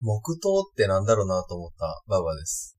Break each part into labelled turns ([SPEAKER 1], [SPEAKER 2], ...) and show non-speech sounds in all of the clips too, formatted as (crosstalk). [SPEAKER 1] 木刀ってなんだろうなと思ったババです。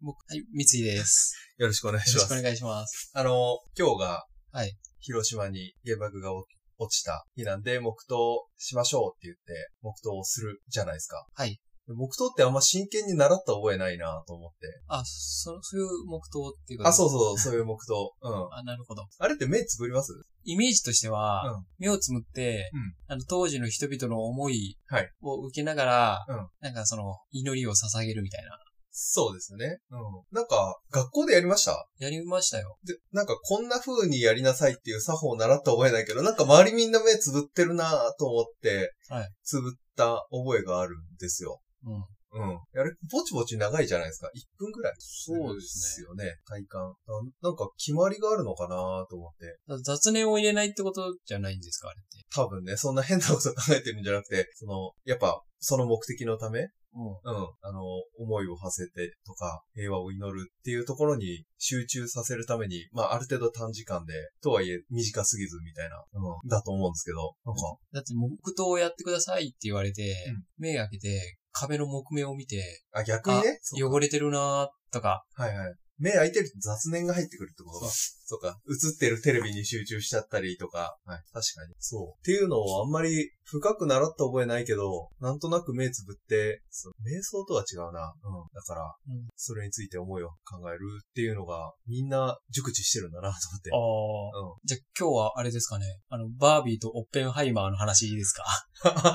[SPEAKER 2] 僕、はい、三井です。
[SPEAKER 1] よろしくお願い
[SPEAKER 2] よ
[SPEAKER 1] し
[SPEAKER 2] ろ
[SPEAKER 1] ま
[SPEAKER 2] しくお
[SPEAKER 1] す。
[SPEAKER 2] 願いします。
[SPEAKER 1] あの、今日が、
[SPEAKER 2] はい
[SPEAKER 1] 広島に原爆が落ちた日なんで、木刀しましょうって言って、木刀をするじゃないですか。
[SPEAKER 2] はい
[SPEAKER 1] で。木刀ってあんま真剣に習った覚えないなと思って。
[SPEAKER 2] あ、そ、そういう木刀っていうか。
[SPEAKER 1] あ、そうそう、そういう木刀。うん。
[SPEAKER 2] あ、なるほど。
[SPEAKER 1] あれって目つぶります
[SPEAKER 2] イメージとしては、
[SPEAKER 1] うん
[SPEAKER 2] 目をつむって、
[SPEAKER 1] うん
[SPEAKER 2] あの、当時の人々の思い
[SPEAKER 1] はい
[SPEAKER 2] を受けながら、
[SPEAKER 1] うん
[SPEAKER 2] なんかその、祈りを捧げるみたいな。
[SPEAKER 1] そうですね。うん。なんか、学校でやりました
[SPEAKER 2] やりましたよ。
[SPEAKER 1] で、なんかこんな風にやりなさいっていう作法を習った覚えないけど、なんか周りみんな目つぶってるなぁと思って
[SPEAKER 2] はい、
[SPEAKER 1] つぶった覚えがあるんですよ。
[SPEAKER 2] うん。
[SPEAKER 1] うん。あれ、ぼちぼち長いじゃないですか。1分くらい。
[SPEAKER 2] そうです
[SPEAKER 1] よね。体感。ななんか決まりがあるのかなぁと思って。
[SPEAKER 2] ね。雑念を入れないってことじゃないんですか、あれって。
[SPEAKER 1] 多分ね、そんな変なこと考えてるんじゃなくて、その、やっぱ、その目的のため、
[SPEAKER 2] うん。
[SPEAKER 1] うん、あの、思いを馳せてとか、平和を祈るっていうところに集中させるために、まあ、ある程度短時間で、とはいえ短すぎずみたいな、うん、だと思うんですけど、なんか、
[SPEAKER 2] だって木刀をやってくださいって言われて、
[SPEAKER 1] うん
[SPEAKER 2] 目開けて、壁の木目を見て、
[SPEAKER 1] あ、逆にね、そう
[SPEAKER 2] 汚れてるなーとか、
[SPEAKER 1] はいはい。目開いてると雑念が入ってくるってことか。そうか。映ってるテレビに集中しちゃったりとか。はい。確かに。そう。っていうのをあんまり深く習った覚えないけど、なんとなく目つぶって、そう瞑想とは違うな。うん。だから、
[SPEAKER 2] うん
[SPEAKER 1] それについて思いを考えるっていうのが、みんな熟知してるんだなと思って。
[SPEAKER 2] ああ。
[SPEAKER 1] うん
[SPEAKER 2] じゃあ今日はあれですかね。あの、バービーとオッペンハイマーの話ですか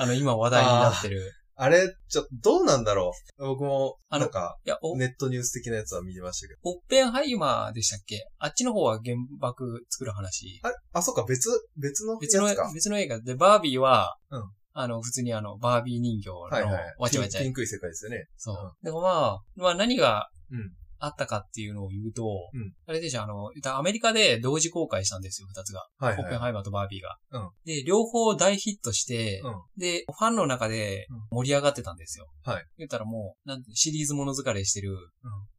[SPEAKER 2] (laughs) あの、今話題になってる。
[SPEAKER 1] (laughs) あれ、ちょ、どうなんだろう僕も、
[SPEAKER 2] あの
[SPEAKER 1] なんか、
[SPEAKER 2] いや、お、
[SPEAKER 1] ネットニュース的なやつは見てましたけど。
[SPEAKER 2] オッペンハイマーでしたっけあっちの方は原爆作る話。
[SPEAKER 1] あれあ、そうか、別、別のや
[SPEAKER 2] 別の
[SPEAKER 1] つか。、
[SPEAKER 2] 別の映画で、バービーは、
[SPEAKER 1] うん
[SPEAKER 2] あの、普通にあの、バービー人形の、
[SPEAKER 1] はいはい。
[SPEAKER 2] わちゃわちゃ
[SPEAKER 1] ピン。ピンクい世界ですよね。
[SPEAKER 2] そう。でもまあ、まあ何が
[SPEAKER 1] うん、
[SPEAKER 2] あったかっていうのを言うと、
[SPEAKER 1] うん
[SPEAKER 2] あれでしょ、あの、言ったらアメリカで同時公開したんですよ、二つが。
[SPEAKER 1] はい
[SPEAKER 2] オッペン
[SPEAKER 1] はい。
[SPEAKER 2] ハイマーとバービーが。
[SPEAKER 1] うん
[SPEAKER 2] で、両方大ヒットして、
[SPEAKER 1] うん
[SPEAKER 2] で、ファンの中で
[SPEAKER 1] うん
[SPEAKER 2] 盛り上がってたんですよ。
[SPEAKER 1] はい
[SPEAKER 2] 言ったらもう、なんてシリーズもの疲れしてる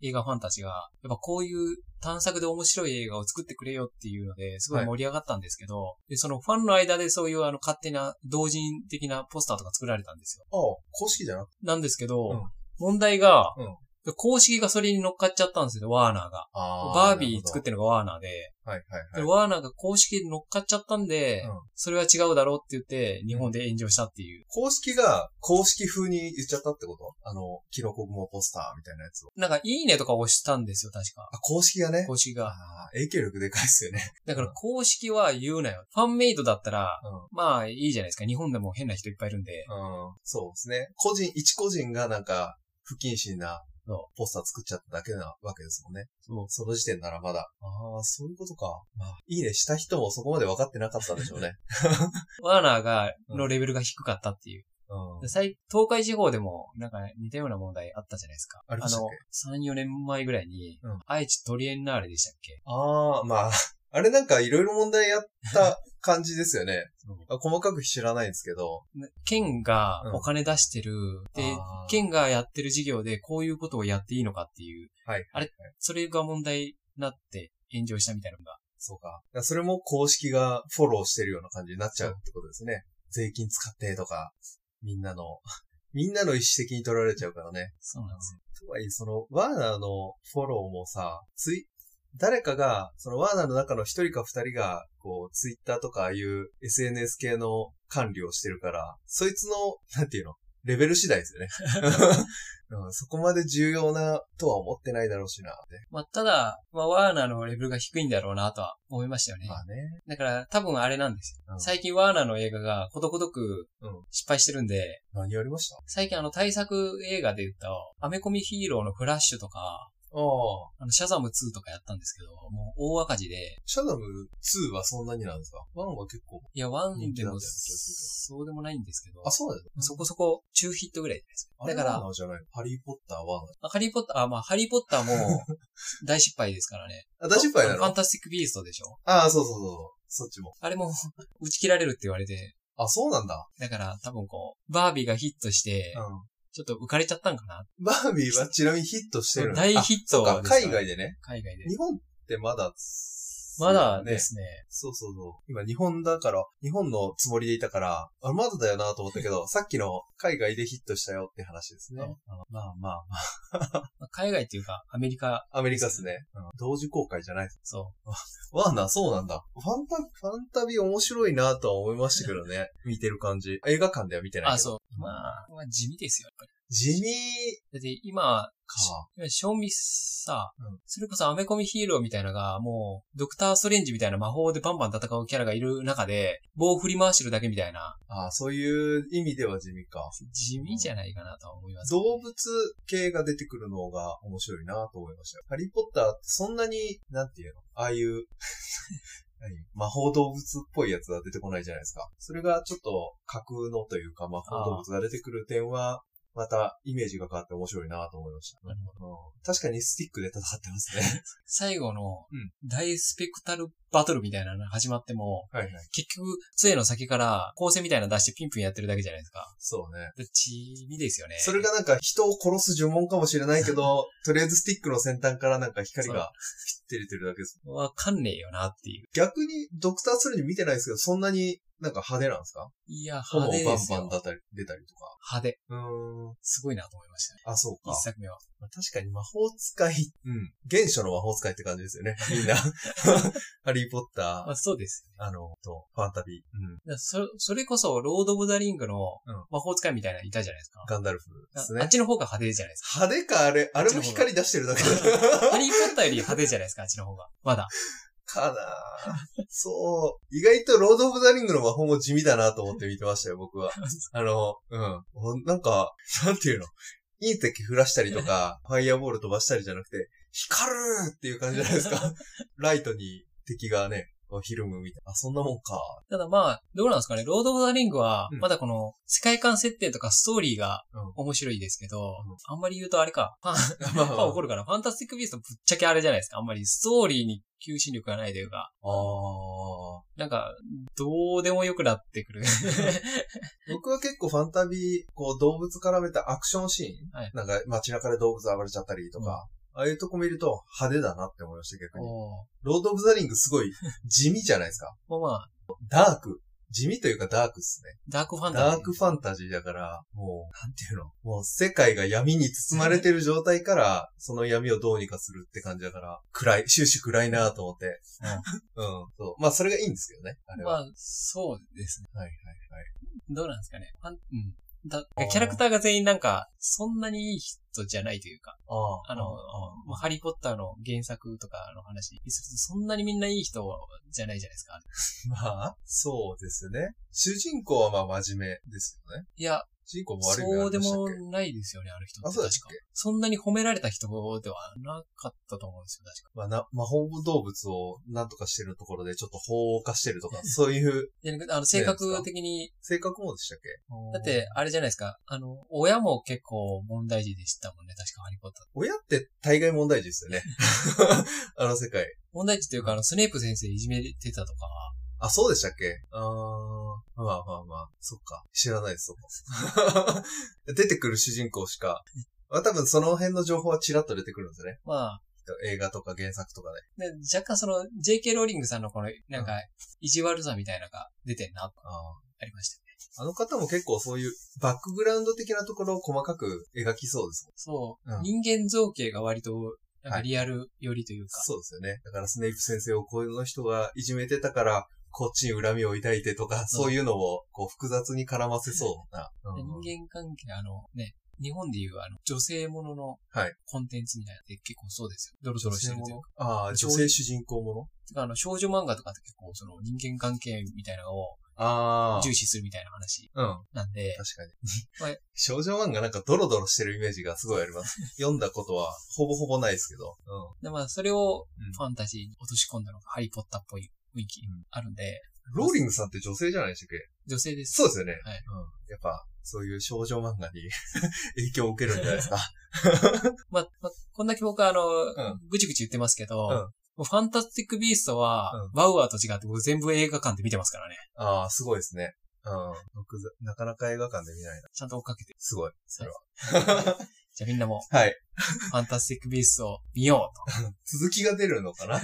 [SPEAKER 2] 映画ファンたちが、やっぱこういう探索で面白い映画を作ってくれよっていうので、すごい盛り上がったんですけど、で、そのファンの間でそういうあの勝手な同人的なポスターとか作られたんですよ。
[SPEAKER 1] ああ、公式じゃなくて。
[SPEAKER 2] なんですけど、
[SPEAKER 1] うん
[SPEAKER 2] 問題が、
[SPEAKER 1] うん
[SPEAKER 2] 公式がそれに乗っかっちゃったんですよ、ワーナーが。
[SPEAKER 1] あ。
[SPEAKER 2] バービー作っててるのがワーナーで、
[SPEAKER 1] はいはい
[SPEAKER 2] で
[SPEAKER 1] はい。
[SPEAKER 2] ワーナーが公式に乗っかっちゃったんで、
[SPEAKER 1] うん
[SPEAKER 2] それは違うだろうって言って、日本で炎上したっていう。
[SPEAKER 1] 公式が公式風に言っちゃったってことあの、キノコ雲ポスターみたいなやつを。
[SPEAKER 2] なんか、いいねとか押したんですよ、確か。
[SPEAKER 1] あ、公式がね。
[SPEAKER 2] 公式
[SPEAKER 1] あ
[SPEAKER 2] が。
[SPEAKER 1] あ、影響力でかいっすよね。 (laughs)
[SPEAKER 2] だから、公式は言うなよ。ファンメイドだったら、
[SPEAKER 1] うん。
[SPEAKER 2] まあ、いいじゃないですか。日本でも変な人いっぱいいるんで。
[SPEAKER 1] うん。そうですね。個人、一個人がなんか、不謹慎な
[SPEAKER 2] そ
[SPEAKER 1] ポスター作っちゃっただけなわけですもんね。
[SPEAKER 2] そう
[SPEAKER 1] その時点ならまだ。ああ、そういうことか。まあ、いいねした人もそこまで分かってなかったんでしょうね。
[SPEAKER 2] ワーナーが、のレベルが低かったっていう。
[SPEAKER 1] うん
[SPEAKER 2] (laughs) で。最東海地方でも、なんか似たような問題あったじゃないですか。
[SPEAKER 1] ありましたっ
[SPEAKER 2] の
[SPEAKER 1] け、
[SPEAKER 2] 3、4年前ぐらいに、
[SPEAKER 1] うん
[SPEAKER 2] 愛知トリエンナーレでしたっけ
[SPEAKER 1] ああ、まあ、あれなんかいろいろ問題やった感じですよね。あ細かく知らないんですけど。
[SPEAKER 2] ね県がお金出してる、で
[SPEAKER 1] あ、ー
[SPEAKER 2] 県がやってる事業でこういうことをやっていいのかっていう、
[SPEAKER 1] はい。
[SPEAKER 2] あれそれが問題になって炎上したみたいなのが。
[SPEAKER 1] そうか。だからそれも公式がフォローしてるような感じになっちゃうってことですね。税金使ってとか、みんなの、 (laughs) みんなの意思的に取られちゃうからね。
[SPEAKER 2] そうなんですよ。
[SPEAKER 1] とはいえ、その、ワーナーのフォローもさ、ツイ、誰かが、そのワーナーの中の一人か二人が、こう、ツイッターとかああいう SNS 系の管理をしてるから、そいつの、なんていうの、レベル次第です
[SPEAKER 2] (laughs)
[SPEAKER 1] よね。 (laughs) うん、そこまで重要なとは思ってないだろうしな、って
[SPEAKER 2] まあ、ただ、まあ、ワーナーのレベルが低いんだろうなとは思いましたよね。
[SPEAKER 1] まあね。
[SPEAKER 2] だから、多分あれなんですよ。
[SPEAKER 1] うん
[SPEAKER 2] 最近ワーナーの映画がことごとく
[SPEAKER 1] うん
[SPEAKER 2] 失敗してるんで、
[SPEAKER 1] 何やりました
[SPEAKER 2] 最近あの対策映画で言った、アメコミヒーローのフラッシュとか、
[SPEAKER 1] ああ。
[SPEAKER 2] あの、シャザム2とかやったんですけど、もう大赤字で、
[SPEAKER 1] シャダム2はそんなになんですか ?1 は結構。
[SPEAKER 2] いや、ワン
[SPEAKER 1] 人気
[SPEAKER 2] で
[SPEAKER 1] だったよう
[SPEAKER 2] も、
[SPEAKER 1] な気がす
[SPEAKER 2] そうでもないんですけど、
[SPEAKER 1] あ、そうだよ。
[SPEAKER 2] そこそこ中ヒットぐらいじゃないです
[SPEAKER 1] あ
[SPEAKER 2] か。
[SPEAKER 1] れ
[SPEAKER 2] だ
[SPEAKER 1] か。
[SPEAKER 2] からら、
[SPEAKER 1] のじゃない。ハリーポッター1。
[SPEAKER 2] ハリーポッター、あ、まあ、ハリーポッター
[SPEAKER 1] (laughs)
[SPEAKER 2] も大失敗ですからね。
[SPEAKER 1] あ、大失敗な
[SPEAKER 2] ファン
[SPEAKER 1] の
[SPEAKER 2] タスティックビーストでしょ
[SPEAKER 1] ああ、そうそうそうそう。そっちも。
[SPEAKER 2] あれも (laughs) 打ち切られるって言われて、
[SPEAKER 1] あ、そうなんだ。
[SPEAKER 2] だから多分こう、バービーがヒットして、
[SPEAKER 1] う
[SPEAKER 2] ちょっと浮かれちゃったんかな。
[SPEAKER 1] ん。バービーはちなみにヒットしてるの
[SPEAKER 2] 大ヒット
[SPEAKER 1] あそうか
[SPEAKER 2] ですから
[SPEAKER 1] 海外でね。
[SPEAKER 2] 海外で。
[SPEAKER 1] 日本ってまだ、
[SPEAKER 2] まだで
[SPEAKER 1] ね
[SPEAKER 2] すね。
[SPEAKER 1] そうそうそう。今日本だから、日本のつもりでいたから、あ、まだだよなと思ったけど、さっきの海外でヒットしたよって話ですね。
[SPEAKER 2] うん
[SPEAKER 1] まあまあま
[SPEAKER 2] まあ海外っていうか、アメリカ、
[SPEAKER 1] あ。アメリカですね、同時公開じゃないです。
[SPEAKER 2] そ
[SPEAKER 1] ワーナーそうなんだ。ファンタ、ファンタビ面白いなとは思いましたけどね。見てる感じ。映画館では見て
[SPEAKER 2] う。
[SPEAKER 1] ない
[SPEAKER 2] あ、
[SPEAKER 1] けど。
[SPEAKER 2] そう。まあ、まあ地味ですよ、やっぱり。
[SPEAKER 1] 地味
[SPEAKER 2] だって今、
[SPEAKER 1] か。
[SPEAKER 2] 今賞味さ、
[SPEAKER 1] うん
[SPEAKER 2] それこそアメコミヒーローみたいなのが、もう、ドクター・ストレンジみたいな魔法でバンバン戦うキャラがいる中で、棒を振り回してるだけみたいな、
[SPEAKER 1] ああ、そういう意味では地味か。
[SPEAKER 2] 地味じゃないかなとは思います、
[SPEAKER 1] 動物系が出てくるのが面白いなと思いましたよ。ハリーポッターってそんなに、なんていうのああいう、 (laughs) 何魔法動物っぽいやつは出てこないじゃないですか。それがちょっと架空のというか魔法動物が出てくる点は、またイメージが変わって面白いなと思いました。
[SPEAKER 2] なるほ
[SPEAKER 1] うん確かにスティックで戦ってますね。
[SPEAKER 2] 最後の
[SPEAKER 1] うん、
[SPEAKER 2] 大スペクタルバトルみたいなのが始まっても、
[SPEAKER 1] はいはい。
[SPEAKER 2] 結局、杖の先から光線みたいなの出してピンピンやってるだけじゃないですか。
[SPEAKER 1] そうね。
[SPEAKER 2] で地味ですよね。
[SPEAKER 1] それがなんか人を殺す呪文かもしれないけど、 (laughs) とりあえずスティックの先端からなんか光がピッて出てるだけです
[SPEAKER 2] わかんねえよなっていう。
[SPEAKER 1] 逆にドクターストレンジ見てないですけど、そんなになんか派手なんですか
[SPEAKER 2] いや、
[SPEAKER 1] 炎
[SPEAKER 2] 派手
[SPEAKER 1] バ
[SPEAKER 2] で
[SPEAKER 1] ン
[SPEAKER 2] すよ。
[SPEAKER 1] バン出たり出たりとか。
[SPEAKER 2] 派手。
[SPEAKER 1] うーん。
[SPEAKER 2] すごいなと思いましたね。
[SPEAKER 1] あ、そうか
[SPEAKER 2] 一。作目は。
[SPEAKER 1] まあ確かに魔法使い、うん。原初の魔法使いって感じですよ (laughs) ね。みんな。ハリーポッタ
[SPEAKER 2] ま
[SPEAKER 1] ー
[SPEAKER 2] あ、、そうです。
[SPEAKER 1] あの、と、ファンタビー、うん。
[SPEAKER 2] だからそそれこそ、ロード・オブ・ザ・リングの
[SPEAKER 1] うん
[SPEAKER 2] 魔法使いみたいなのいたじゃないですか。
[SPEAKER 1] ガンダルフです
[SPEAKER 2] ああ
[SPEAKER 1] ね
[SPEAKER 2] っ。ちの方が派手じゃないですか。
[SPEAKER 1] 派手か、あれ。あれも光出してるだ (laughs) けだ。
[SPEAKER 2] ハリー・ポッターより派手じゃないですか、あっちの方が。まだ。
[SPEAKER 1] かなぁそう。意外とロード・オブ・ザ・リングの魔法も地味だなと思って見てましたよ、僕
[SPEAKER 2] (laughs)
[SPEAKER 1] は。あの、うんほん。なんか、なんていうの隕石降らしたりとか、ファイヤーボール飛ばしたりじゃなくて、光るっていう感じじゃないです
[SPEAKER 2] (laughs)
[SPEAKER 1] か。ライトに敵がね、こうひるむみたいな。あ、そんなもんか。
[SPEAKER 2] ただまあ、どうなんですかね。ロード・オブ・ザ・リングは
[SPEAKER 1] う、ん
[SPEAKER 2] まだこの、世界観設定とかストーリーが
[SPEAKER 1] うん
[SPEAKER 2] 面白いですけど、
[SPEAKER 1] うん
[SPEAKER 2] あんまり言うとあれか、ファン、
[SPEAKER 1] まあ
[SPEAKER 2] (laughs) ファン怒るから、ファンタスティック・ビーストぶっちゃけあれじゃないですか。あんまりストーリーに求心力がないというか、
[SPEAKER 1] あー
[SPEAKER 2] なんか、どうでもよくなってくる。
[SPEAKER 1] 僕は結構ファンタビー、こう動物絡めたアクションシーン、
[SPEAKER 2] はい
[SPEAKER 1] なんか街中で動物暴れちゃったりとか、ああいうとこ見ると派手だなって思いました、逆に。
[SPEAKER 2] おー
[SPEAKER 1] ロード・オブ・ザ・リングすごい地味じゃないですか。
[SPEAKER 2] (laughs)
[SPEAKER 1] (laughs)
[SPEAKER 2] まあまあ、
[SPEAKER 1] ダーク。地味というかダークですね。
[SPEAKER 2] ダークファンタジー
[SPEAKER 1] ダークファンタジーだから、もう、なんていうのもう世界が闇に包まれてる状態から、その闇をどうにかするって感じだから、暗い、終始暗いなと思って。うん。そう。まあ、それがいいんですけどね。あれ
[SPEAKER 2] ま
[SPEAKER 1] は。
[SPEAKER 2] あ、そうですね。
[SPEAKER 1] はいはいはい。
[SPEAKER 2] どうなんですかね。ファンうん。だキャラクターが全員なんか、そんなにいい人じゃないというか、
[SPEAKER 1] あ
[SPEAKER 2] あの、まあハリーポッターの原作とかの話にすると、そんなにみんないい人じゃないじゃないですか。
[SPEAKER 1] まあ、そうですね。主人公はまあ真面目ですよね。
[SPEAKER 2] いや、
[SPEAKER 1] 主人公も悪い目が
[SPEAKER 2] そ
[SPEAKER 1] あ
[SPEAKER 2] う
[SPEAKER 1] り
[SPEAKER 2] で
[SPEAKER 1] ましたっ
[SPEAKER 2] も
[SPEAKER 1] け
[SPEAKER 2] ないですよね、あの人って
[SPEAKER 1] あそうだっけ
[SPEAKER 2] 確かそんなに褒められた人ではなかったと思うんですよ、確か。
[SPEAKER 1] まあ、な魔法動物を何とかしてるところでちょっと法を犯して
[SPEAKER 2] (laughs)
[SPEAKER 1] るとか、そういう
[SPEAKER 2] でなんかあの、性格的に、
[SPEAKER 1] 性格もでしたっけ
[SPEAKER 2] だって、、あれじゃないですか、あの、親も結構問題児でしたもんね、確かハリーポッター。
[SPEAKER 1] 親って大概問題児ですよね。 (laughs) あの世界。
[SPEAKER 2] 問題児っていうか、あの、スネープ先生いじめてたとか、
[SPEAKER 1] あ、そうでしたっけあー、まあまあまあ、そっか。知らないです、そこ。 (laughs) 出てくる主人公しか。まあ多分その辺の情報はチラッと出てくるんですよね。
[SPEAKER 2] まあ、
[SPEAKER 1] 映画とか原作とかで。
[SPEAKER 2] で若干その JK ローリングさんのこの、なんか、意地悪さみたいなのが出てんな、
[SPEAKER 1] あ
[SPEAKER 2] ありましたね。
[SPEAKER 1] ーあの方も結構そういうバックグラウンド的なところを細かく描きそうですもん。
[SPEAKER 2] そう、
[SPEAKER 1] うん
[SPEAKER 2] 人間造形が割と、なん
[SPEAKER 1] は
[SPEAKER 2] か
[SPEAKER 1] い
[SPEAKER 2] リアル寄りというか、
[SPEAKER 1] そうですよね。だからスネイプ先生をこの人がいじめてたから、こっちに恨みを抱いてとか、そういうのをこう複雑に絡ませそうな。
[SPEAKER 2] で
[SPEAKER 1] うん
[SPEAKER 2] 人間関係、あのね、日本でいうあの女性ものの
[SPEAKER 1] はい
[SPEAKER 2] コンテンツみたいなって結構そうですよ。ドロドロしてるというか。
[SPEAKER 1] ああ、女性主人公もの
[SPEAKER 2] てかあの少女漫画とかって結構その人間関係みたいなのを
[SPEAKER 1] あ
[SPEAKER 2] 重視するみたいな話
[SPEAKER 1] うん。
[SPEAKER 2] なんで、
[SPEAKER 1] 確かに。 (laughs)
[SPEAKER 2] はい
[SPEAKER 1] 少女漫画なんかドロドロしてるイメージがすごいあります。読んだことはほぼほぼないですけど。うん。
[SPEAKER 2] でまあそれを
[SPEAKER 1] うん
[SPEAKER 2] ファンタジーに落とし込んだのがハリーポッターっぽい雰囲気
[SPEAKER 1] うん
[SPEAKER 2] あるんで、
[SPEAKER 1] ローリングさんって女性じゃないでしたっけ
[SPEAKER 2] 女性です。
[SPEAKER 1] そうですよね。
[SPEAKER 2] はい
[SPEAKER 1] うん。やっぱ、そういう少女漫画に (laughs) 影響を受けるんじゃない (laughs) ですか。
[SPEAKER 2] まあ、まあ、こんだけ僕はあの、
[SPEAKER 1] ん
[SPEAKER 2] ぐちぐち言ってますけど、
[SPEAKER 1] うん
[SPEAKER 2] もうファンタスティックビーストは、バウアーと違って僕全部映画館で見てますからね。
[SPEAKER 1] ああ、すごいですね。うん。僕、なかなか映画館で見ないな。
[SPEAKER 2] ちゃんと追っかけて。
[SPEAKER 1] すごい。それは。
[SPEAKER 2] じゃあみんなも、
[SPEAKER 1] (laughs) はい。
[SPEAKER 2] ファンタスティックビーストを見よう
[SPEAKER 1] 続きが出るのか (laughs) な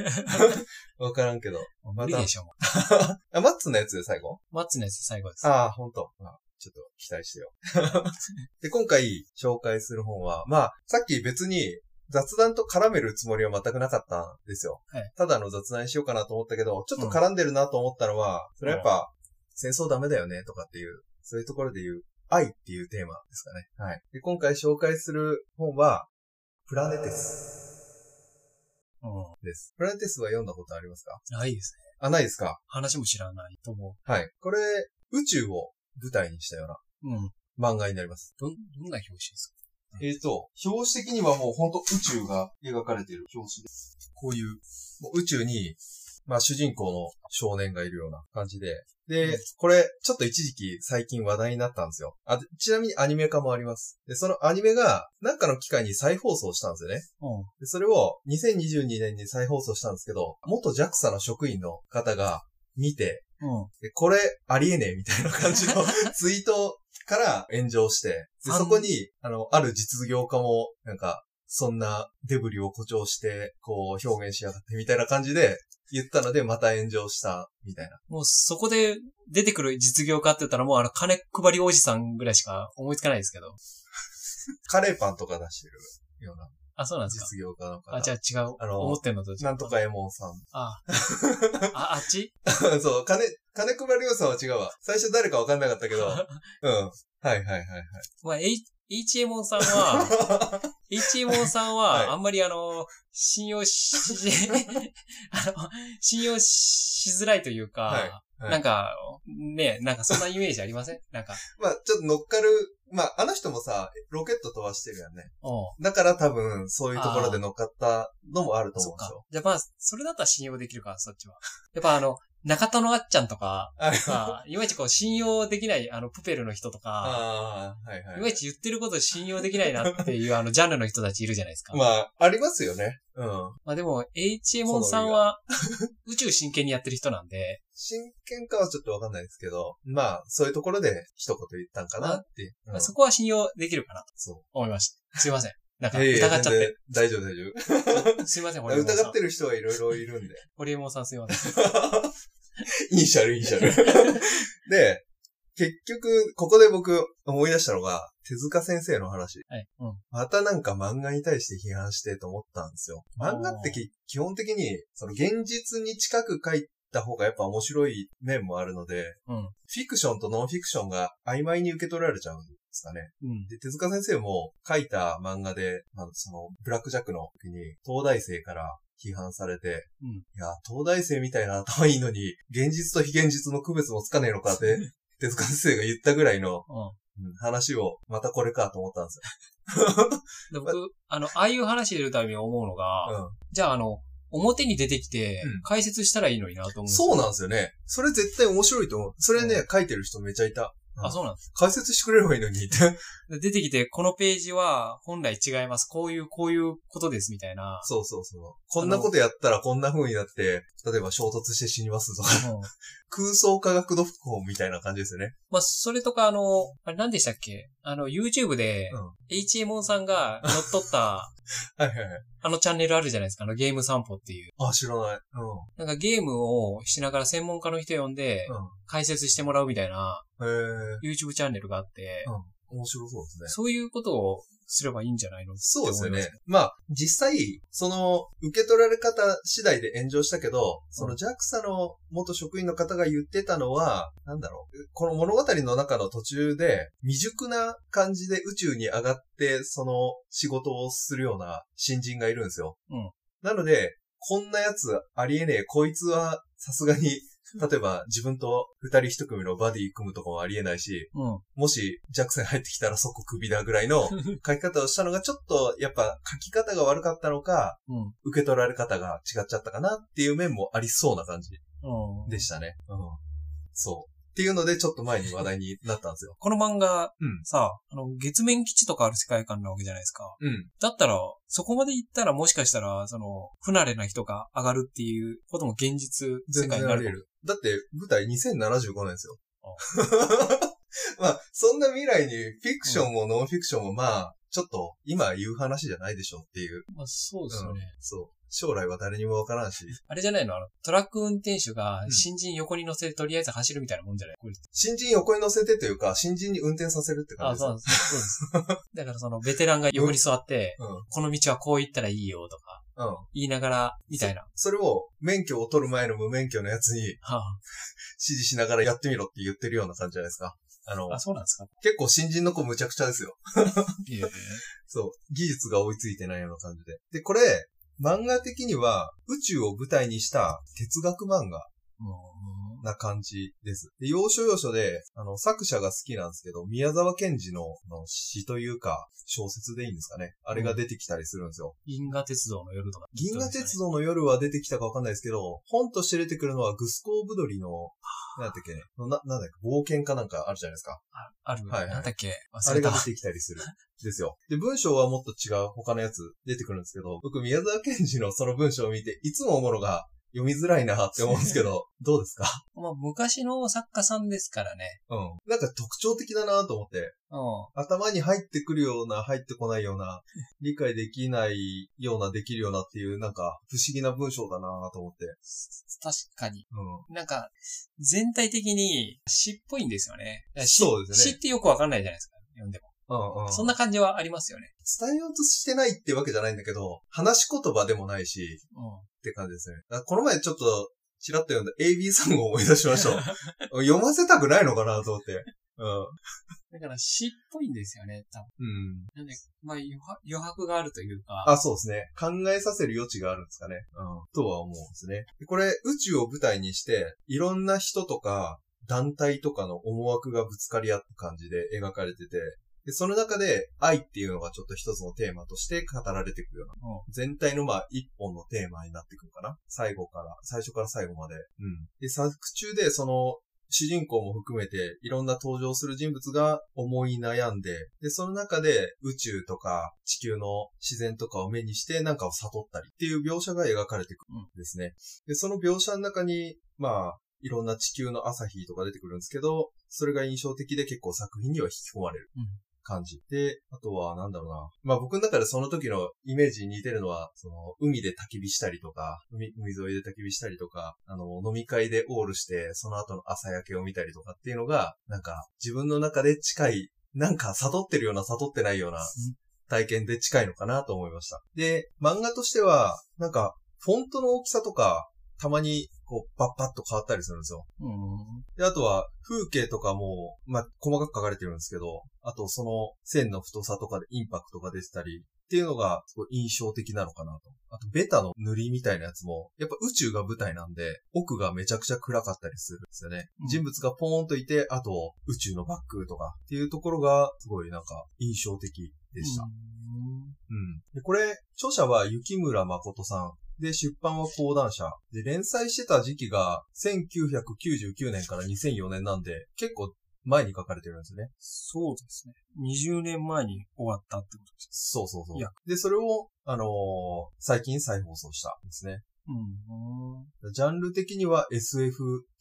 [SPEAKER 1] わからんけど。
[SPEAKER 2] と。無理でしょ、もう。
[SPEAKER 1] あ、マッツンのやつで最後
[SPEAKER 2] マッツのやつ最後です。
[SPEAKER 1] ああ、ほんと。まあちょっと期待してよ。 (laughs) で、今回紹介する本は、まあ、さっき別に雑談と絡めるつもりは全くなかったんですよ。
[SPEAKER 2] はい
[SPEAKER 1] ただの雑談にしようかなと思ったけど、ちょっと絡んでるなと思ったのは、それはやっぱ、戦争ダメだよねとかっていう、そういうところで言う、愛っていうテーマですかね。はい。で、今回紹介する本は、プラネテス
[SPEAKER 2] う
[SPEAKER 1] です。プラネテスは読んだことありますか
[SPEAKER 2] ん。ないですね。
[SPEAKER 1] あ、ないですか
[SPEAKER 2] 話も知らないと思
[SPEAKER 1] はい。これ、宇宙を舞台にしたような
[SPEAKER 2] う。うん。
[SPEAKER 1] 漫画になります。
[SPEAKER 2] どん、どんな表紙ですか
[SPEAKER 1] えっ、と、表紙的にはもうほんと宇宙が描かれている表紙です。こういう、もう宇宙に、まあ主人公の少年がいるような感じで。で、これ、ちょっと一時期最近話題になったんですよ。あ、でちなみにアニメ化もあります。で、そのアニメが、なんかの機会に再放送したんですよね。
[SPEAKER 2] うん。
[SPEAKER 1] で、それを2022年に再放送したんですけど、元 JAXA の職員の方が見て、
[SPEAKER 2] うん。
[SPEAKER 1] でこれ、ありえねえみたいな感
[SPEAKER 2] (laughs)
[SPEAKER 1] じのツイートから炎上して、で
[SPEAKER 2] あん
[SPEAKER 1] そこに、あの、ある実業家も、なんか、そんなデブリを誇張して、こう、表現しやがってみたいな感じで言ったので、また炎上した、みたいな。
[SPEAKER 2] もうそこで出てくる実業家って言ったらもうあの金配りおじさんぐらいしか思いつかないですけど。
[SPEAKER 1] カレーパンとか出してるような
[SPEAKER 2] あ、そうなんですか。
[SPEAKER 1] 実業家の方。
[SPEAKER 2] あ、じゃあ違う。
[SPEAKER 1] あの
[SPEAKER 2] 思ってんのと違う。
[SPEAKER 1] なんとかエモンさん。
[SPEAKER 2] あ (laughs) あ、あっち
[SPEAKER 1] (laughs) そう、金、金配りおじさんは違うわ。最初誰かわかんなかったけ
[SPEAKER 2] (laughs)
[SPEAKER 1] ど、うん。はいはいはい (laughs) はい。
[SPEAKER 2] まあ、H、H エモンさん
[SPEAKER 1] (laughs)
[SPEAKER 2] は、H エモンさん
[SPEAKER 1] はい
[SPEAKER 2] は、あんまりあの、信用し、 (laughs) あの、信用しづらいというか、
[SPEAKER 1] はいはい
[SPEAKER 2] なんか、ね、なんかそんなイメージありませんなんか、
[SPEAKER 1] まあ、ちょっと乗っかる、まあ、あの人もさ、ロケット飛ばしてるやんね。
[SPEAKER 2] おう
[SPEAKER 1] だから多分、そういうところで乗っかったのもあると思
[SPEAKER 2] そっ
[SPEAKER 1] うんです
[SPEAKER 2] か
[SPEAKER 1] よ。。
[SPEAKER 2] じゃあまあ、それだったら信用できるか、そっちは。 (laughs) やっぱあの、中田のあっちゃんと
[SPEAKER 1] (laughs)
[SPEAKER 2] か、
[SPEAKER 1] あ
[SPEAKER 2] まあ、いまいちこう信用できない、あの、プペルの人とか、
[SPEAKER 1] あー、はいはい
[SPEAKER 2] いまいち言ってること信用できないなっていう、あの、ジャンルの人たちいるじゃないです
[SPEAKER 1] (laughs)
[SPEAKER 2] か。
[SPEAKER 1] まあ、ありますよね。うん。
[SPEAKER 2] まあでも、HMON さんは、宇宙真剣にやってる人なんで、
[SPEAKER 1] 真剣かはちょっとわかんないですけど、まあ、そういうところで一言言ったんかなって。
[SPEAKER 2] ま
[SPEAKER 1] う
[SPEAKER 2] あ
[SPEAKER 1] ん、
[SPEAKER 2] そこは信用できるかなと
[SPEAKER 1] そ
[SPEAKER 2] 思いました。すいません。なん
[SPEAKER 1] う。
[SPEAKER 2] か、疑っちゃって。
[SPEAKER 1] 全然大丈夫大丈
[SPEAKER 2] すいません、ホリエ
[SPEAKER 1] 夫。
[SPEAKER 2] モンさ
[SPEAKER 1] 疑
[SPEAKER 2] ん
[SPEAKER 1] って。る人はいろいろいるんで。 (laughs)
[SPEAKER 2] ホリエモンさんすいません。
[SPEAKER 1] イニシャル、イニシャ
[SPEAKER 2] (laughs)
[SPEAKER 1] ル。で、結局、ここで僕思い出したのが、手塚先生の話。
[SPEAKER 2] はい。うん。
[SPEAKER 1] またなんか漫画に対して批判してと思ったんですよ。漫画ってき基本的に、その現実に近く書いた方がやっぱ面白い面もあるので、
[SPEAKER 2] うん。
[SPEAKER 1] フィクションとノンフィクションが曖昧に受け取られちゃうんですかね。
[SPEAKER 2] うん。
[SPEAKER 1] で、手塚先生も書いた漫画で、まあ、その、ブラックジャックの時に、東大生から批判されて、
[SPEAKER 2] うん
[SPEAKER 1] いや、東大生みたいな頭いいのに、現実と非現実の区別もつかねえのかって、手塚先生が言ったぐらいの、
[SPEAKER 2] うん。
[SPEAKER 1] うん話を、またこれかと思ったんです
[SPEAKER 2] (laughs) で僕、あの、ああいう話出るたびに思うのが、
[SPEAKER 1] よ。
[SPEAKER 2] じゃああの、表に出てきて
[SPEAKER 1] うん、
[SPEAKER 2] 解説したらいいのにな
[SPEAKER 1] う
[SPEAKER 2] と思うん
[SPEAKER 1] ん。
[SPEAKER 2] ですよ。
[SPEAKER 1] そうなんですよね。それ絶対面白いと思う。それね、
[SPEAKER 2] う
[SPEAKER 1] 書いてる人めちゃいた。
[SPEAKER 2] あ、そうなんです。
[SPEAKER 1] 解説してくれればいいのにって。
[SPEAKER 2] で出てきて、このページは本来違います。こういう、こういうことです、みたいな。
[SPEAKER 1] (laughs) そうそうそう。こんなことやったらこんな風になって、例えば衝突して死にますとか、 (laughs)
[SPEAKER 2] うん。
[SPEAKER 1] 空想科学読本みたいな感じですよね。
[SPEAKER 2] まあ、それとか、あの、あれ何でしたっけあの、YouTube で
[SPEAKER 1] うん、
[SPEAKER 2] HMON さんが乗っ取った、 (laughs)
[SPEAKER 1] はいはいはい。
[SPEAKER 2] あのチャンネルあるじゃないですか、あのゲーム散歩っていう。
[SPEAKER 1] あ、知らない。うん。
[SPEAKER 2] なんかゲームをしながら専門家の人呼んで、解説してもらうみたいな
[SPEAKER 1] うん。へえ。
[SPEAKER 2] YouTube チャンネルがあって、
[SPEAKER 1] 面白そうですね。
[SPEAKER 2] そういうことをすればいいんじゃないの
[SPEAKER 1] そうですよ
[SPEAKER 2] っ
[SPEAKER 1] ね
[SPEAKER 2] て思い。
[SPEAKER 1] まあ、実際、その、受け取られ方次第で炎上したけど、その JAXA の元職員の方が言ってたのは、なんだろう。この物語の中の途中で、未熟な感じで宇宙に上がって、その仕事をするような新人がいるんですよ。
[SPEAKER 2] うん
[SPEAKER 1] なので、こんなやつありえねえ、こいつはさすがに、 (laughs) 例えば自分と二人一組のバディ組むとかもありえないし、
[SPEAKER 2] ま
[SPEAKER 1] もし、ジャクセン入ってきたら即クビだぐらいの書き方をしたのが、ちょっと、やっぱ書き方が悪かったのか、
[SPEAKER 2] す。うん。うん。
[SPEAKER 1] 受け取られ方が違っちゃったかなっていう面もありそうな感じ
[SPEAKER 2] うん、。
[SPEAKER 1] でしたね。うん。そう。っていうので、ちょっと前に話題になったんですよ
[SPEAKER 2] この漫画、
[SPEAKER 1] うん
[SPEAKER 2] さ、あの、月面基地とかある世界観なわけじゃないですか。
[SPEAKER 1] うん。
[SPEAKER 2] だったら、そこまで行ったらもしかしたら、その、不慣れな人が上がるっていうことも現実世
[SPEAKER 1] 全
[SPEAKER 2] 界
[SPEAKER 1] 然
[SPEAKER 2] に
[SPEAKER 1] あ
[SPEAKER 2] な
[SPEAKER 1] り得
[SPEAKER 2] るか
[SPEAKER 1] る。だって、舞台2075年 (laughs) ですよ。まあ、そんな未来にフィクションもノンフィクションもまあ、ちょっと今言う話じゃないでしょっていう。
[SPEAKER 2] まあ、そうですよね。
[SPEAKER 1] そう。将来は誰にもわからんし、
[SPEAKER 2] あれじゃないのあの、トラック運転手が
[SPEAKER 1] うん
[SPEAKER 2] 新人横に乗せてとりあえず走るみたいなもんじゃないこれ
[SPEAKER 1] 新人横に乗せてというか、新人に運転させるって感
[SPEAKER 2] あ、
[SPEAKER 1] じです
[SPEAKER 2] そ
[SPEAKER 1] ね。
[SPEAKER 2] うなんです。そうです。だからその、ベテランが横に座って、
[SPEAKER 1] うん。
[SPEAKER 2] この道はこう行ったらいいよとか、
[SPEAKER 1] うん。
[SPEAKER 2] 言いながら、みたいな。
[SPEAKER 1] それを免許を取る前の無免許のやつに指
[SPEAKER 2] は
[SPEAKER 1] 示しながらやってみろって言ってるような感じじゃないですか。あの
[SPEAKER 2] あ、あ、そうなんですか
[SPEAKER 1] 結構新人の子むちゃくちゃですよ。
[SPEAKER 2] いえいえ
[SPEAKER 1] そう。技術が追いついてないような感じで。で、これ、漫画的には宇宙を舞台にした哲学漫画
[SPEAKER 2] うん
[SPEAKER 1] な感じです。で、要所要所で、あの、作者が好きなんですけど、宮沢賢治のあの詩というか、小説でいいんですかね。あれが出てきたりするんですよ。
[SPEAKER 2] 銀河鉄道の夜とか。
[SPEAKER 1] 銀河鉄道の夜は出てきたかわかんないですけど、本として出てくるのはグスコーブドリの、なんだったっけね、のな、なんだっけ、冒険かなんかあるじゃないですか。
[SPEAKER 2] あある、
[SPEAKER 1] はいはい
[SPEAKER 2] なんだっけ
[SPEAKER 1] あ
[SPEAKER 2] 忘
[SPEAKER 1] れ
[SPEAKER 2] れた。
[SPEAKER 1] が出てきたりする。ですよ。で、文章はもっと違う他のやつ出てくるんですけど、僕宮沢賢治のその文章を見て、いつも思うのが読みづらいなって思うんですけ (laughs) ど、どうですか
[SPEAKER 2] まあ、昔の作家さんですからね。
[SPEAKER 1] うん。なんか特徴的だなと思って、
[SPEAKER 2] うん。
[SPEAKER 1] 頭に入ってくるような、入ってこないような、理解できないような、できるようなっていう、なんか不思議な文章だなと思って。
[SPEAKER 2] 確かに。
[SPEAKER 1] うん。
[SPEAKER 2] なんか、全体的に詩っぽいんですよね。詩
[SPEAKER 1] そうですね
[SPEAKER 2] 詩ってよくわかんないじゃないですか。読んでも。
[SPEAKER 1] うんうん。
[SPEAKER 2] そんな感じはありますよね。
[SPEAKER 1] 伝えようとしてないってわけじゃないんだけど、話し言葉でもないし、
[SPEAKER 2] うん。
[SPEAKER 1] って感じですね。だからこの前ちょっと、ちらっと読んだ AB さんを思い出しました。読ませたくないのかなと思って。
[SPEAKER 2] だから詩っぽいんですよね、多分。
[SPEAKER 1] うん。うん。
[SPEAKER 2] なんで、まあ余白余白があるというか。
[SPEAKER 1] あ、そうですね。考えさせる余地があるんですかね。うん。とは思うんですね。でこれ、宇宙を舞台にして、いろんな人とか、団体とかの思惑がぶつかり合った感じで描かれてて、で、その中で愛っていうのがちょっと一つのテーマとして語られてくるような。
[SPEAKER 2] うん
[SPEAKER 1] 全体のまあ一本のテーマになってくるかな。最後から、最初から最後まで。うん。で、作中でその主人公も含めて、いろんな登場する人物が思い悩んで、で、その中で宇宙とか地球の自然とかを目にしてなんかを悟ったりっていう描写が描かれてくるんですね。で、その描写の中に、まあ、いろんな地球の朝日とか出てくるんですけど、それが印象的で結構作品には引き込まれる
[SPEAKER 2] うん
[SPEAKER 1] 感じ。で、あとはなんだろうな。まあ僕の中でその時のイメージに似てるのは、その海で焚き火したりとか、海海沿いで焚き火したりとか、あの飲み会でオールして、その後の朝焼けを見たりとかっていうのが、なんか自分の中で近い、なんか悟ってるような悟ってないような体験で近いのかなと思いました。で、漫画としては、なんか、フォントの大きさとか、たまに、こう、パッパッと変わったりするんですよ。
[SPEAKER 2] うん。
[SPEAKER 1] で、あとは、風景とかも、まあ、細かく書かれてるんですけど、あと、その、線の太さとかでインパクトが出てたり、っていうのが、すごい印象的なのかなと。あと、ベタの塗りみたいなやつも、やっぱ宇宙が舞台なんで、奥がめちゃくちゃ暗かったりするんですよね。
[SPEAKER 2] うん
[SPEAKER 1] 人物がポーンといて、あと、宇宙のバックとか、っていうところが、すごいなんか、印象的でした。
[SPEAKER 2] うん
[SPEAKER 1] うん。で、これ、著者は雪村誠さん。で、出版は講談社。で、連載してた時期が1999年から2004年なんで、結構前に書かれてるんですよね。
[SPEAKER 2] そうですね。20年前に終わったってことです。
[SPEAKER 1] そうそうそ
[SPEAKER 2] いや
[SPEAKER 1] う。で、それを、あのー最近再放送したんですね。
[SPEAKER 2] うん。
[SPEAKER 1] ジャンル的には SF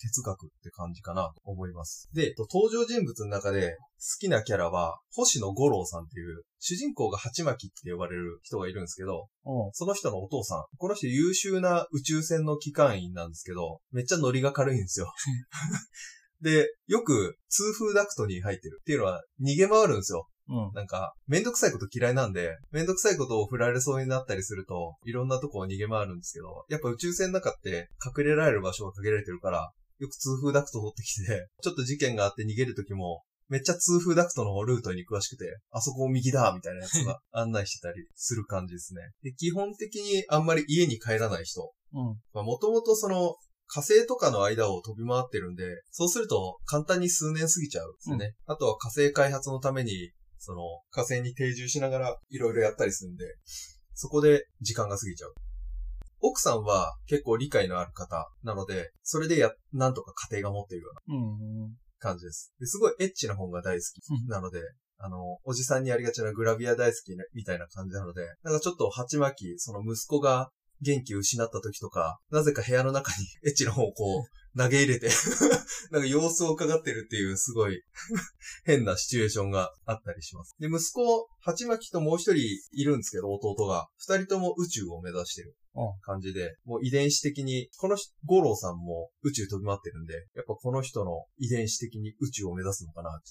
[SPEAKER 1] 哲学って感じかなと思います。で、えっと登場人物の中で好きなキャラは星野五郎さんっていう主人公がハチマキって呼ばれる人がいるんですけど、
[SPEAKER 2] うん。
[SPEAKER 1] その人のお父さん。この人優秀な宇宙船の機関員なんですけど、めっちゃノリが軽いんですよ。 (laughs) で、よく通風ダクトに入ってるっていうのは逃げ回るんですよ。
[SPEAKER 2] うん。
[SPEAKER 1] なんか、めんどくさいこと嫌いなんで、めんどくさいことを振られそうになったりすると、いろんなとこを逃げ回るんですけど、やっぱ宇宙船の中って隠れられる場所が限られてるから、よく通風ダクトを取ってきて、 (laughs) ちょっと事件があって逃げるときも、めっちゃ通風ダクトのルートに詳しくて、あそこを右だみたいなやつが (laughs) 案内してたりする感じですね。で、基本的にあんまり家に帰らない人。
[SPEAKER 2] うん。
[SPEAKER 1] まあ、もともとその、火星とかの間を飛び回ってるんで、そうすると簡単に数年過ぎちゃうんですよね。あとは火星開発のために、その、火星に定住しながらいろいろやったりするんで、そこで時間が過ぎちゃう。奥さんは結構理解のある方なので、それでや、なんとか家庭が持っているような
[SPEAKER 2] うん。
[SPEAKER 1] 感じです。ですごいエッチな本が大好きなので、あの、おじさんにありがちなグラビア大好きなみたいな感じなので、なんかちょっと鉢 (laughs) 巻き、その息子が元気を失った時とか、なぜか部屋の中にエッチな本をこう、投げ入れて (laughs) なんか様子を伺ってるっていうすごい (laughs) 変なシチュエーションがあったりします。で、息子、鉢巻ともう一人いるんですけど、弟が。二人とも宇宙を目指してる
[SPEAKER 2] うん
[SPEAKER 1] 感じで、もう遺伝子的に、この人五郎さんも宇宙飛び回ってるんで、やっぱこの人の遺伝子的に宇宙を目指すのかなって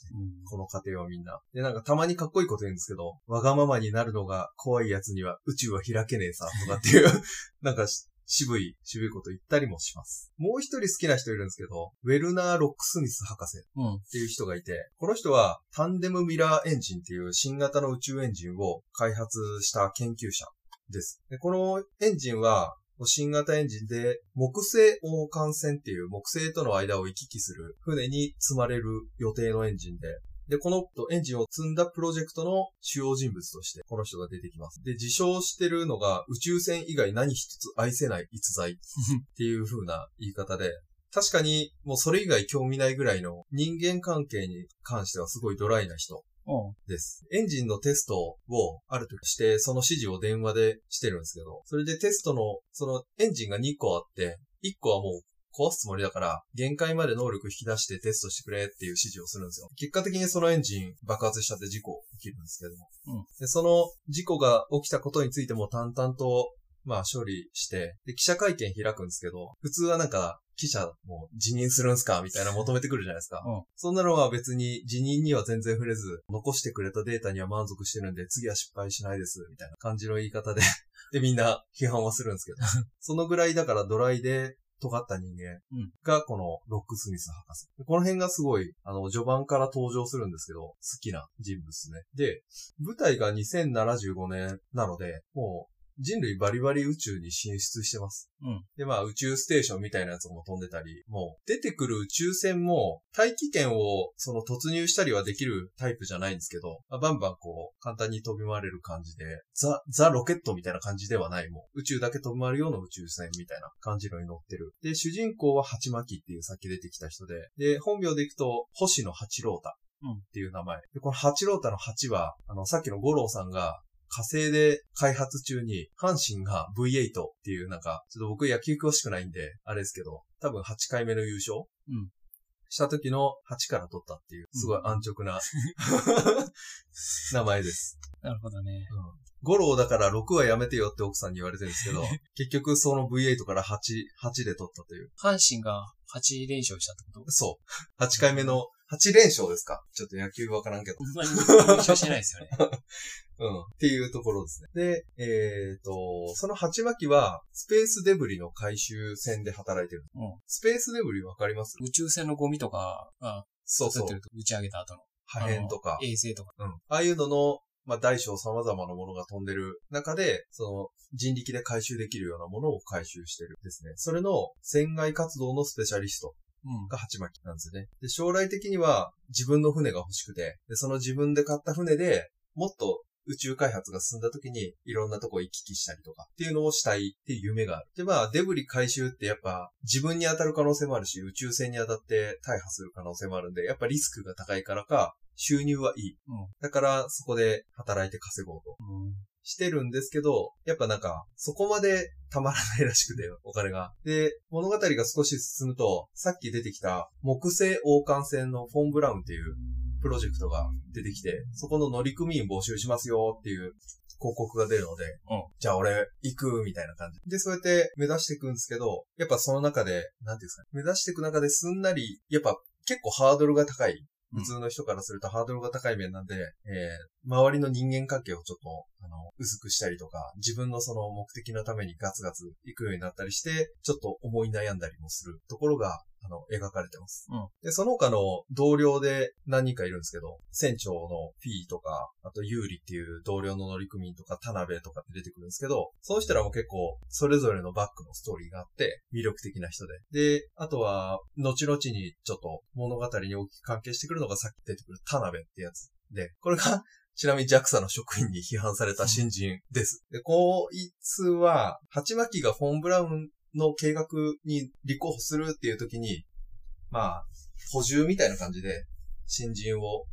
[SPEAKER 1] この家庭はみんな。で、なんかたまにかっこいいこと言うんですけど、わがままになるのが怖いやつには宇宙は開けねえさ、とかっていう、 (laughs) なんかし渋い、渋いこと言ったりもします。もう一人好きな人いるんですけど、ウェルナー・ロックスミス博士っ
[SPEAKER 2] うん。
[SPEAKER 1] ていう人がいて、この人はタンデムミラーエンジンっていう新型の宇宙エンジンを開発した研究者です。で、このエンジンは、新型エンジンで木星横貫船っていう木星との間を行き来する船に積まれる予定のエンジンで、で、このエンジンを積んだプロジェクトの主要人物として、この人が出てきます。で、自称してるのが、宇宙船以外何一つ愛せない逸材っていう風な言い方で、確かにもうそれ以外興味ないぐらいの人間関係に関してはすごいドライな人
[SPEAKER 2] うん。うん。
[SPEAKER 1] です。エンジンのテストをある時して、その指示を電話でしてるんですけど、それでテストの、そのエンジンが2個あって、1個はもう壊すつもりだから、限界まで能力引き出してテストしてくれっていう指示をするんですよ。結果的にそのエンジン爆発しちゃって事故起きるんですけども。
[SPEAKER 2] うん
[SPEAKER 1] で、その事故が起きたことについても淡々とまあ、処理して、で、記者会見開くんですけど、普通はなんか、記者も辞任するんすかみたいな求めてくるじゃないですか。
[SPEAKER 2] うん
[SPEAKER 1] そんなのは別に辞任には全然触れず、残してくれたデータには満足してるんで、次は失敗しないです、みたいな感じの言い方で、 (laughs) で、みんな批判はするんですけど、そのぐらいだからドライで、尖った人間がこのロックスミス博士。この辺がすごい、あの、序盤から登場するんですけど、好きな人物ですね。で、舞台が2075年なので、もう人類バリバリ宇宙に進出してます。
[SPEAKER 2] うん
[SPEAKER 1] で、まあ宇宙ステーションみたいなやつも飛んでたり、もう出てくる宇宙船も大気圏をその突入したりはできるタイプじゃないんですけど、まあバンバンこう簡単に飛び回れる感じで、ザ、ザロケットみたいな感じではないもう宇宙だけ飛び回るような宇宙船みたいな感じのに乗ってる。で、主人公は鉢巻っていうさっき出てきた人で、で、本名でいくと星野八郎太。っていう名前。で、この八郎太の八は、あの、さっきの五郎さんが火星で開発中に、阪神が V8 っていうなんか、ちょっと僕野球詳しくないんで、あれですけど、多分8回目の優勝
[SPEAKER 2] うん
[SPEAKER 1] した時の8から取ったっていう、すごい安直な、名前です。 (laughs)
[SPEAKER 2] なるほどね。
[SPEAKER 1] うん五郎だから6はやめてよって奥さんに言われてるんですけ (laughs) ど、結局その V8 から8、8で取ったという。
[SPEAKER 2] 阪神が8連勝したって
[SPEAKER 1] (laughs)
[SPEAKER 2] こと
[SPEAKER 1] そう。8回目の、8連勝ですかちょっと野球わからんけど。
[SPEAKER 2] ほんまに優勝してないですよね。
[SPEAKER 1] うん。っていうところですね。で、えっ、と、その鉢巻きは、スペースデブリの回収船で働いてる。
[SPEAKER 2] うん
[SPEAKER 1] スペースデブリわかります
[SPEAKER 2] 宇宙船のゴミとかが、
[SPEAKER 1] そう
[SPEAKER 2] 撮
[SPEAKER 1] そ
[SPEAKER 2] っ
[SPEAKER 1] う
[SPEAKER 2] て。ると打ち上げた後の
[SPEAKER 1] 破片とか。
[SPEAKER 2] 衛星とか。
[SPEAKER 1] うん。ああいうのの、まあ、大小様々なものが飛んでる中で、その人力で回収できるようなものを回収してるですね。それの船外活動のスペシャリスト
[SPEAKER 2] うん。
[SPEAKER 1] が鉢巻きなんですよね。で、将来的には自分の船が欲しくて、で、その自分で買った船でもっと宇宙開発が進んだ時にいろんなとこ行き来したりとかっていうのをしたいっていう夢がある。で、まあ、デブリ回収ってやっぱ自分に当たる可能性もあるし、宇宙船に当たって大破する可能性もあるんで、やっぱリスクが高いからか、収入はいい。
[SPEAKER 2] うん
[SPEAKER 1] だから、そこで働いて稼ごうと。
[SPEAKER 2] うん。
[SPEAKER 1] してるんですけど、やっぱなんか、そこまでたまらないらしくて、お金が。で、物語が少し進むと、さっき出てきた木星王冠船のフォン・ブラウンっていうプロジェクトが出てきて、そこの乗組員募集しますよっていう広告が出るので、
[SPEAKER 2] うん
[SPEAKER 1] じゃあ俺行くみたいな感じ。で、そうやって目指していくんですけど、やっぱその中で、なんていうんですかね、目指していく中ですんなり、やっぱ結構ハードルが高い。
[SPEAKER 2] うん
[SPEAKER 1] 普通の人からするとハードルが高い面なんで、えー周りの人間関係をちょっと、あの、薄くしたりとか、自分のその目的のためにガツガツ行くようになったりして、ちょっと思い悩んだりもするところが、あの、描かれてます。で、その他の同僚で何人かいるんですけど、船長のフィーとか、あとユーリっていう同僚の乗組員とか、田辺とかって出てくるんですけど、そうしたらもう結構、それぞれのバックのストーリーがあって、魅力的な人で。で、あとは、後々にちょっと物語に大きく関係してくるのがさっき出てくる田辺ってやつで、これが、 (laughs) ちなみに JAXA の職員に批判された新人です。で、こいつは、鉢巻がフォン・ブラウンの計画に立候補するっていう時に、まあ、補充みたいな感じで、新人を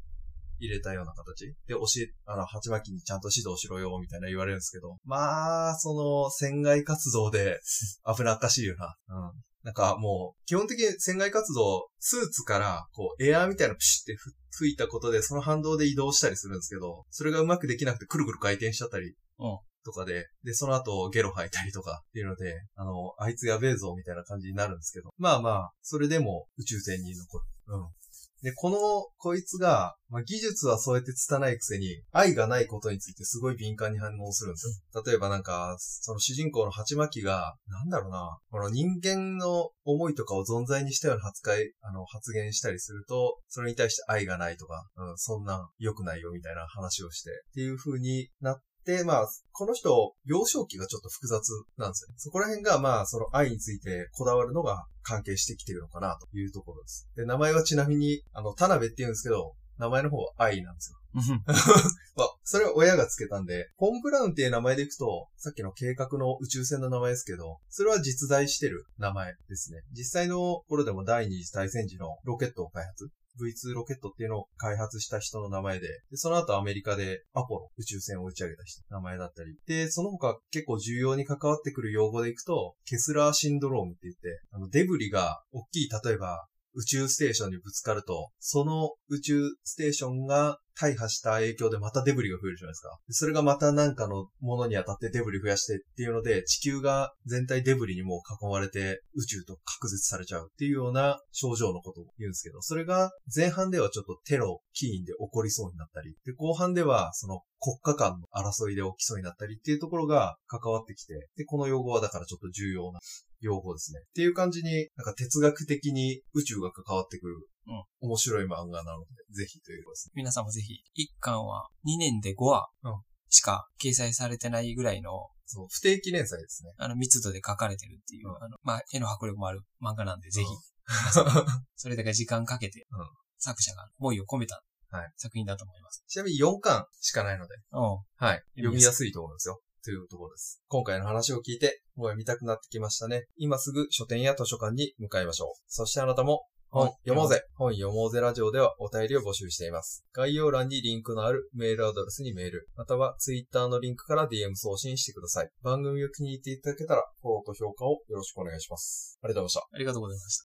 [SPEAKER 1] 入れたような形で、教え、あの、鉢巻きにちゃんと指導しろよ、みたいな言われるんですけど、まあ、その、船外活動で、危なっかしいよな。うん。なんかもう、基本的に船外活動、スーツから、こう、エアーみたいなプシュってふ吹いたことで、その反動で移動したりするんですけど、それがうまくできなくてくるくる回転しちゃったり
[SPEAKER 2] うん、
[SPEAKER 1] とかで、で、その後ゲロ吐いたりとかっていうので、あの、あいつやべえぞみたいな感じになるんですけど、まあまあ、それでも宇宙船に残る。うん。で、この、こいつが、まあ、技術はそうやって拙いくせに、愛がないことについてすごい敏感に反応するんですよ。例えばなんか、その主人公のハチマキが、なんだろうな、この人間の思いとかを存在にしたような扱い、あの、発言したりすると、それに対して愛がないとか、うん、そんなん良くないよみたいな話をして、っていう風になって、で、まあ、この人、幼少期がちょっと複雑なんですよね。そこら辺が、まあ、その愛についてこだわるのが関係してきてるのかなというところです。で、名前はちなみに、あの、田辺って言うんですけど、名前の方は愛なんですよ。まあ、それは親がつけたんで、フォン・ブラウンっていう名前でいくと、さっきの計画の宇宙船の名前ですけど、それは実在してる名前ですね。実際の頃でも第二次大戦時のロケットを開発 V2 ロケットっていうのを開発した人の名前で、でその後アメリカでアポロ宇宙船を打ち上げた人の名前だったり、で、その他結構重要に関わってくる用語でいくと、ケスラーシンドロームって言って、あのデブリが大きい、例えば宇宙ステーションにぶつかると、その宇宙ステーションが大破した影響でまたデブリが増えるじゃないですか。でそれがまたなんかのものに当たってデブリ増やしてっていうので、地球が全体デブリにもう囲まれて宇宙と隔絶されちゃうっていうような症状のことを言うんですけど、それが前半ではちょっとテロ、起因で起こりそうになったり、で、後半ではその国家間の争いで起きそうになったりっていうところが関わってきて、で、この用語はだからちょっと重要な用語ですね。っていう感じに、なんか哲学的に宇宙が関わってくる、
[SPEAKER 2] うん
[SPEAKER 1] 面白い漫画なので、ぜひということです
[SPEAKER 2] (laughs) 皆さんもぜひ、1巻は2年で5話
[SPEAKER 1] うん
[SPEAKER 2] しか掲載されてないぐらいの、
[SPEAKER 1] ね。そう、不定期連載ですね。 (laughs)
[SPEAKER 2] あの、密度で書かれてるっていう、
[SPEAKER 1] うん
[SPEAKER 2] あの、まあ、絵の迫力もある漫画なんで、ぜひ
[SPEAKER 1] うん、
[SPEAKER 2] それだけ時間かけて
[SPEAKER 1] うん、
[SPEAKER 2] 作者が思いを込めた
[SPEAKER 1] はい
[SPEAKER 2] 作品だと思います。
[SPEAKER 1] ちなみに4巻しかないので、
[SPEAKER 2] うん。
[SPEAKER 1] はい。
[SPEAKER 2] 読
[SPEAKER 1] 読
[SPEAKER 2] み
[SPEAKER 1] み
[SPEAKER 2] や
[SPEAKER 1] やすいと思うんですよ。というところです。今回の話を聞いて、もう読みたくなってきましたね。今すぐ書店や図書館に向かいましょう。そしてあなたも、本読もうぜ本読もうぜラジオではお便りを募集しています。概要欄にリンクのあるメールアドレスにメール、またはツイッターのリンクから DM 送信してください。番組を気に入っていただけたら、フォローと評価をよろしくお願いします。ありがとうございました。
[SPEAKER 2] ありがとうございました。